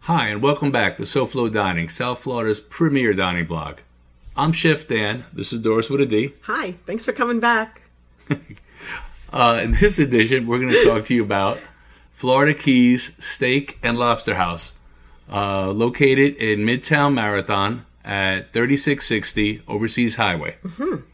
Hi, and welcome back to SoFlo Dining, South Florida's premier dining blog. I'm Chef Dan. This is Doris with a D. Hi, thanks for coming back. Uh, in this edition, we're going to talk to you about Florida Keys Steak and Lobster House, uh, located in Midtown Marathon at 3660 Overseas Highway. Mm-hmm.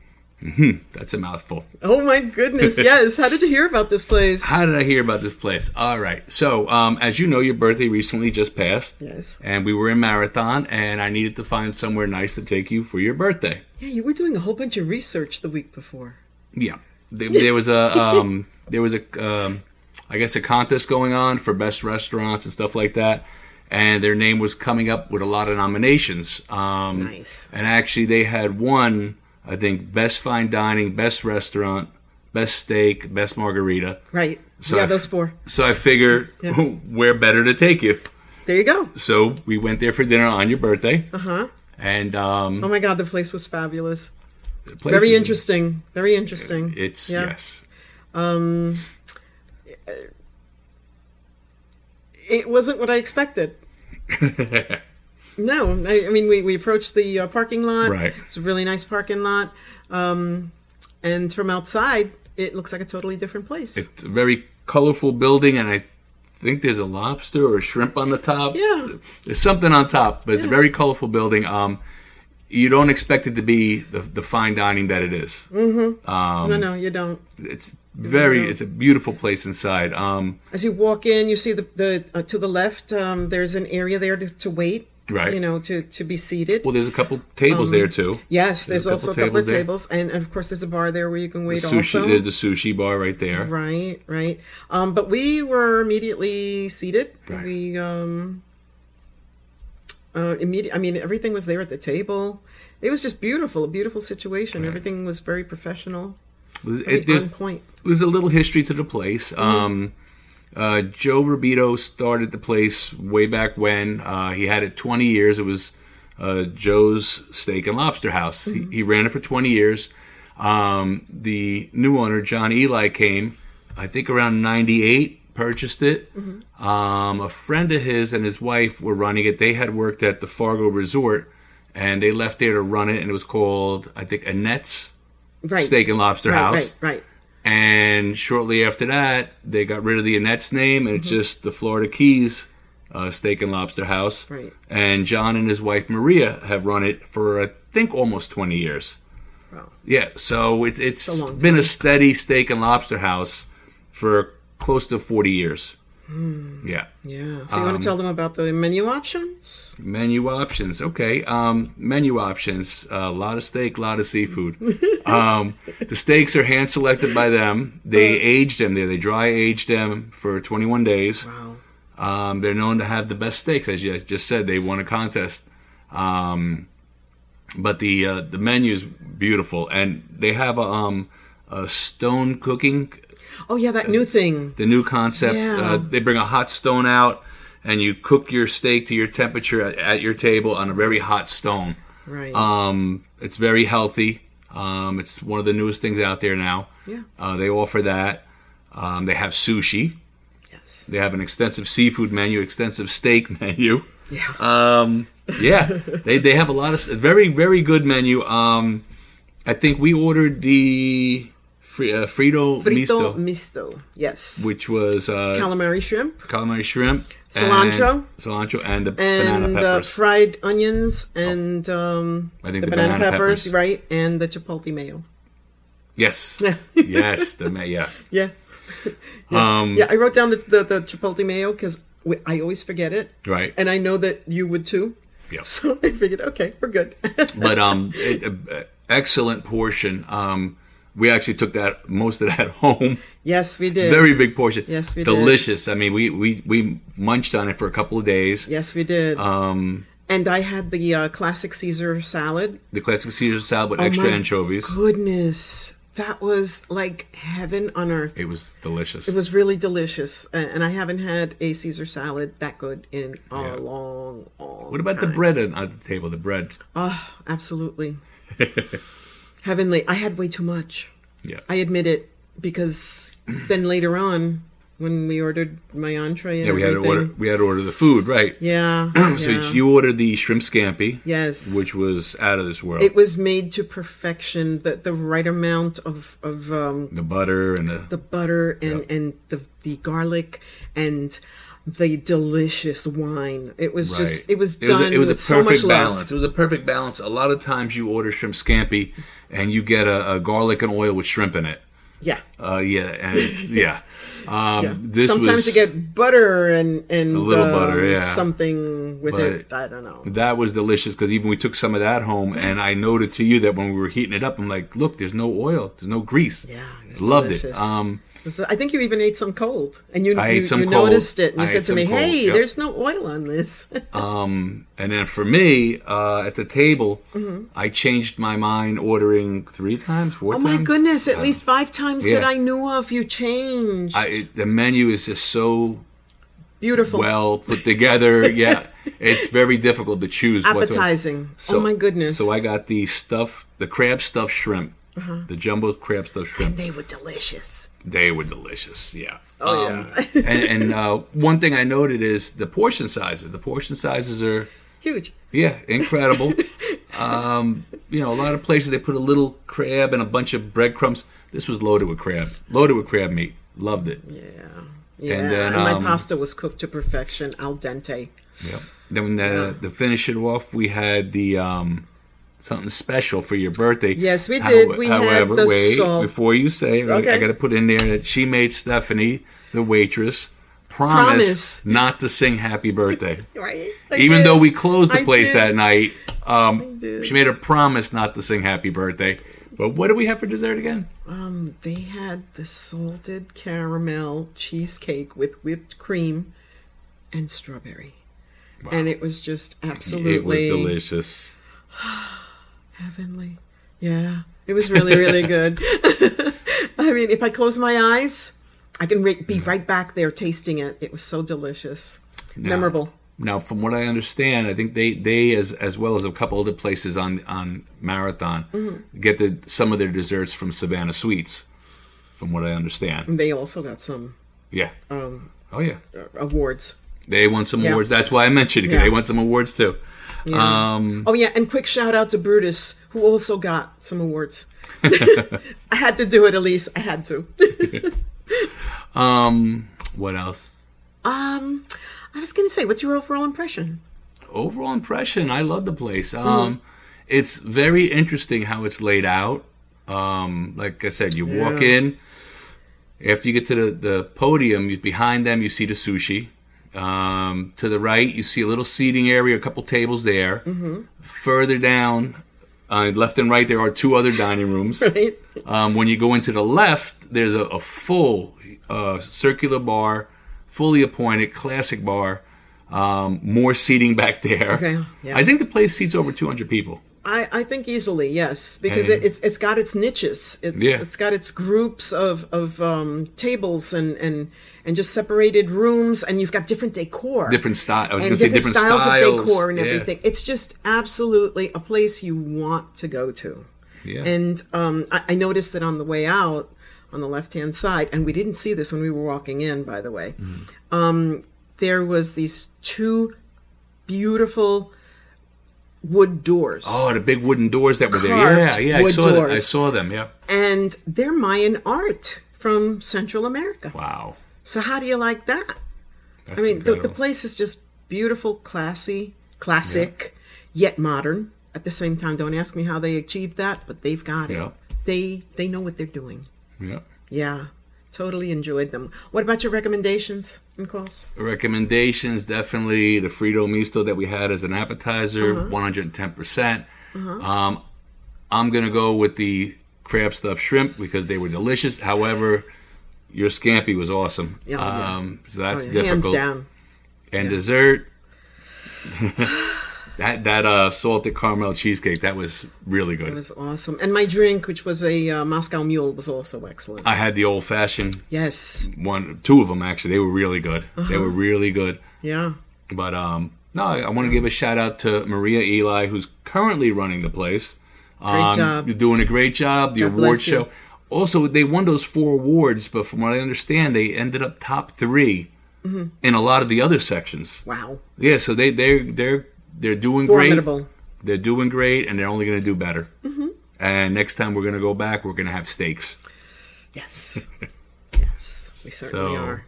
That's a mouthful. Oh my goodness, yes. How did you hear about this place? How did I hear about this place? All right. So, um, as you know, your birthday recently just passed. Yes. And we were in Marathon, and I needed to find somewhere nice to take you for your birthday. Yeah, you were doing a whole bunch of research the week before. Yeah, there, there was a um, there was a um, I guess a contest going on for best restaurants and stuff like that, and their name was coming up with a lot of nominations. Um, Nice. And actually, they had one. I think best fine dining, best restaurant, best steak, best margarita. Right. So yeah, I- those four. So I figure where better to take you. There you go. So we went there for dinner on your birthday, Uh huh. and um, Oh my God, the place was fabulous. the place Very is- Uh, interesting. Very interesting. It's Yeah. yes, It wasn't what I expected. no, I, I mean, we, we approached the uh, parking lot. Right. It's a really nice parking lot. Um, and from outside, it looks like a totally different place. It's a very colorful building, and I think there's a lobster or a shrimp on the top. Yeah. there's something on top, but it's a very colorful building. Um, you don't expect it to be the, the fine dining that it is. Mm. um, no, no, you don't. It's very, it's a beautiful place inside. Um, As you walk in, you see the, the uh, to the left. Um, there's an area there to, to wait. Right. You know, to to be seated. well, there's a couple tables Um, there too. yes, there's, a couple also a couple tables of there. tables, and, and of course there's a bar there where you can wait. Sushi, also, there's the sushi bar right there. right, right. Um, but we were immediately seated. Right. We um. Uh, immediate. I mean, everything was there at the table. It was just beautiful, a beautiful situation. Everything was very professional, It- very there's- on point. there's a little history to the place. Mm-hmm. Um, uh, Joe Rubito started the place way back when. Uh, he had it 20 years. It was uh, Joe's Steak and Lobster House. Mm-hmm. He, he ran it for 20 years. Um, the new owner, John Eli, came, I think around 98, purchased it. Mm-hmm. Um, a friend of his and his wife were running it. They had worked at the Fargo Resort and they left there to run it. And it was called, I think, Annette's Right. Steak and Lobster right, House. right. Right. And shortly after that, they got rid of the Annette's name, Mm-hmm. and it's just the Florida Keys uh, Steak and Lobster House. Right. And John and his wife Maria have run it for I think almost twenty years. Wow. Yeah, so it, it's a long been a steady steak and lobster house for close to forty years. Hmm. Yeah. Yeah. So you Um, want to tell them about the menu options? Menu options. Okay. Um, menu options. A lot of steak, a lot of seafood. um, the steaks are hand selected by them. They aged them. They, they dry aged them for 21 days. Wow. Um, they're known to have the best steaks, as you guys just said. They won a contest. Um, but the uh, the menu is beautiful, and they have a, um, a stone cooking Oh yeah, that new thing. the new concept. Uh, Yeah. they bring a hot stone out, and you cook your steak to your temperature at, at your table on a very hot stone. Right. Um, it's very healthy. Um, it's one of the newest things out there now. Yeah. Uh, they offer that. Um, they have sushi. yes. They have an extensive seafood menu, extensive steak menu. yeah. Um, yeah, they, they have a lot of s- very very good menu. Um, I think we ordered the fri- uh, Frito, Frito misto, misto. Yes. which was uh, Calamari shrimp calamari shrimp, and- Cilantro. cilantro, and the and banana uh, peppers. Oh. fried onions and um, I think the, banana, peppers, right? And the chipotle mayo. Yes, Yeah. yes, the ma- yeah. Yeah. yeah. Um, yeah. I wrote down the the, the chipotle mayo because I always forget it, right. and I know that you would too. Yeah. So I figured, okay, we're good. but um, it, uh, excellent portion. Um, we actually took that most of that home. yes, we did. Very big portion. Yes, we did. delicious. I mean, we, we we munched on it for a couple of days. yes, we did. Um, and I had the uh, classic Caesar salad. the classic Caesar salad with extra Oh my anchovies. Goodness, that was like heaven on earth. It was delicious. It was really delicious, a- and I haven't had a Caesar salad that good in a Yeah. long, long. what about the bread on, on the table? The bread. Oh, absolutely heavenly. I had way too much. Yeah. I admit it because then later on, when we ordered my entree and Yeah, we had to everything. order. We had to order the food, right? Yeah. so yeah. you ordered the shrimp scampi, yes. which was out of this world. it was made to perfection, the the right amount of of um, the butter and the, the butter and and the the garlic and the delicious wine. It was just it was done with so much love. balance. It was a perfect balance. A lot of times you order shrimp scampi and you get a, a garlic and oil with shrimp in it. Yeah. Uh, yeah, and it's, yeah. Um, Yeah. This was, Sometimes you get butter and and a little butter, yeah. something with it. I don't know. That was delicious because even we took some of that home, and I noted to you that when we were heating it up, I'm like, "Look, there's no oil, there's no grease." Yeah, it was loved it. delicious. Um, So I think you even ate some cold, and you I you, ate some you cold. noticed it, and you I said ate to me, some cold, "Hey, yeah. there's no oil on this." and then for me, uh, at the table, I changed my mind ordering three times, four Mm-hmm. oh times. my goodness! At least five times that Yeah. I knew of, you changed. I, it, the menu is just so Beautiful, well put together. yeah, it's very difficult to choose. what to- appetizing. oh my goodness! So I got the stuff, the crab stuffed shrimp, Uh-huh. the jumbo crab stuffed shrimp. they were delicious. They were delicious. Yeah. Oh, yeah. and and uh, one thing I noted is the portion sizes. The portion sizes are Huge. yeah incredible. um, you know, a lot of places they put a little crab and a bunch of breadcrumbs. This was loaded with crab, loaded with crab meat. Loved it. Yeah, yeah. And, then, my um, pasta was cooked to perfection, al dente. Yep. Then the, to finish it off, we had the um, something special for your birthday. Yes, we did. We had the wait salt- before you say it. I Okay. got to put in there that she made Stephanie, the waitress, promise, Promise. not to sing "Happy Birthday," Right. even though we closed the I place did. that night. Um, did. she made a promise not to sing "Happy Birthday." But what do we have for dessert again? um, they had the salted caramel cheesecake with whipped cream and strawberry, and it was just absolutely It was delicious. Heavenly. Yeah. It was really, really good. I mean, if I close my eyes, I can re- be right back there tasting it. It was so delicious. Memorable. Now, from what I understand, I think they, they as as well as a couple other places on on Marathon Mm-hmm. get the, some of their desserts from Savannah Sweets. From what I understand, They also got some yeah. oh yeah, uh, awards. they won some Yeah. awards. That's why I mentioned it. 'cause Yeah. They won some awards too. Um, Oh, yeah. And quick shout out to Brutus, who also got some awards. I had to do it, Elise. I had to. um, what else? um, I was going to say, what's your overall impression? Overall impression: I love the place. Um, It's very interesting how it's laid out. Um, like I said, you walk Yeah. in. After you get to the, the podium, you, behind them you see the sushi. Um, to the right, you see a little seating area, a couple tables there. Further down, uh, left and right, there are two other dining rooms. Right? Um, when you go into the left, there's a, a full uh, circular bar, fully appointed, classic bar. Um, more seating back there. Okay, yeah. I think the place seats over 200 people. I, I think easily yes because Yeah. it, it's it's got its niches it's Yeah. it's got its groups of of um, tables and and and just separated rooms and you've got different decor Different style. I was going and to say different different styles, styles, of decor and Yeah. everything it's just absolutely a place you want to go to Yeah. and um, I, I noticed that on the way out on the left hand side and we didn't see this when we were walking in by the way um, Mm-hmm. there was these two beautiful wood doors Oh, the big wooden doors that were there. Carved Yeah, yeah. I wood saw them. I doors. saw them. Yeah. and they're Mayan art from Central America. Wow. So how do you like that? That's I mean, the, the incredible. place is just beautiful, classy, classic, yet modern at the same time. Don't ask me how they achieved that, but they've got Yeah. it. They they know what they're doing. Yeah. Yeah, totally enjoyed them. What about your recommendations and calls? recommendations definitely the frito misto that we had as an appetizer Uh-huh. 110% percent um, i'm gonna go with the crab stuffed shrimp because they were delicious however your scampi was awesome Yeah, yeah. um, so that's Oh, yeah, difficult Hands down. and dessert that that uh, salted caramel cheesecake that was really good It was awesome. And my drink, which was a uh, Moscow Mule, was also excellent. i had the old fashioned yes. one two of them actually they were really good Uh-huh. they were really good Yeah. But um, no, I, I want to give a shout out to Maria Eli, who's currently running the place. Um, job. You're doing a great job. The God award bless you. show. also they won those four awards, but from what I understand, they ended up top 3 Mm-hmm. in a lot of the other sections. Wow. Yeah, so they they are they're they're doing Formidable. Mm-hmm. great. They're doing great, and they're only going to do better. And next time we're going to go back, we're going to have steaks. Yes. yes. We certainly So, are.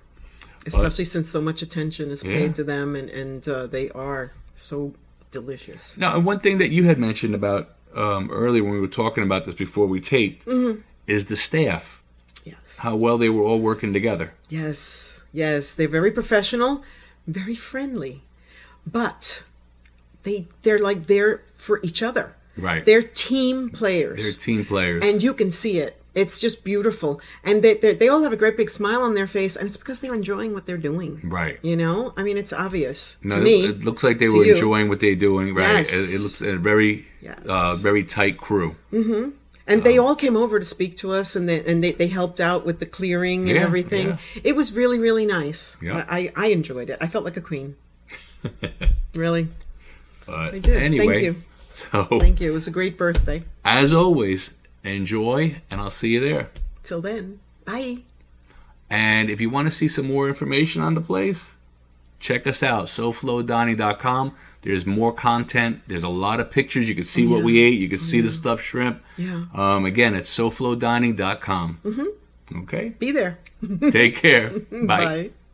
Especially since so much attention is paid Yeah. to them and, and uh, they are so delicious. Now, and one thing that you had mentioned about um, earlier when we were talking about this before we taped Mm-hmm. is the staff, Yes. how well they were all working together. Yes, yes, they're very professional, very friendly, but they they're like there for each other. Right. They're team players, They're team players. and you can see it. It's just beautiful, and they they they all have a great big smile on their face, and it's because they're enjoying what they're doing. Right. You know, I mean, it's obvious No, to it- me. it looks like they were you. enjoying what they're doing. Right. Yes. It, it looks a very, Yes. Mm, uh, very tight crew. And they all came over to speak to us, and they and they, they helped out with the clearing and Yeah, everything. yeah. It was really really nice. Yeah. I, I I enjoyed it. I felt like a queen. really, But I did. anyway, Thank you, so thank you. It was a great birthday. as always, enjoy, and I'll see you there. Till then, bye. And if you want to see some more information on the place, check us out, SoFloDonnie.com. There's more content. There's a lot of pictures. You can see what yeah. we ate. You can see the stuffed shrimp. Yeah. Um, again, it's SoFloDonnie.com. Mm-hmm. Okay. Be there. Take care. Bye. bye.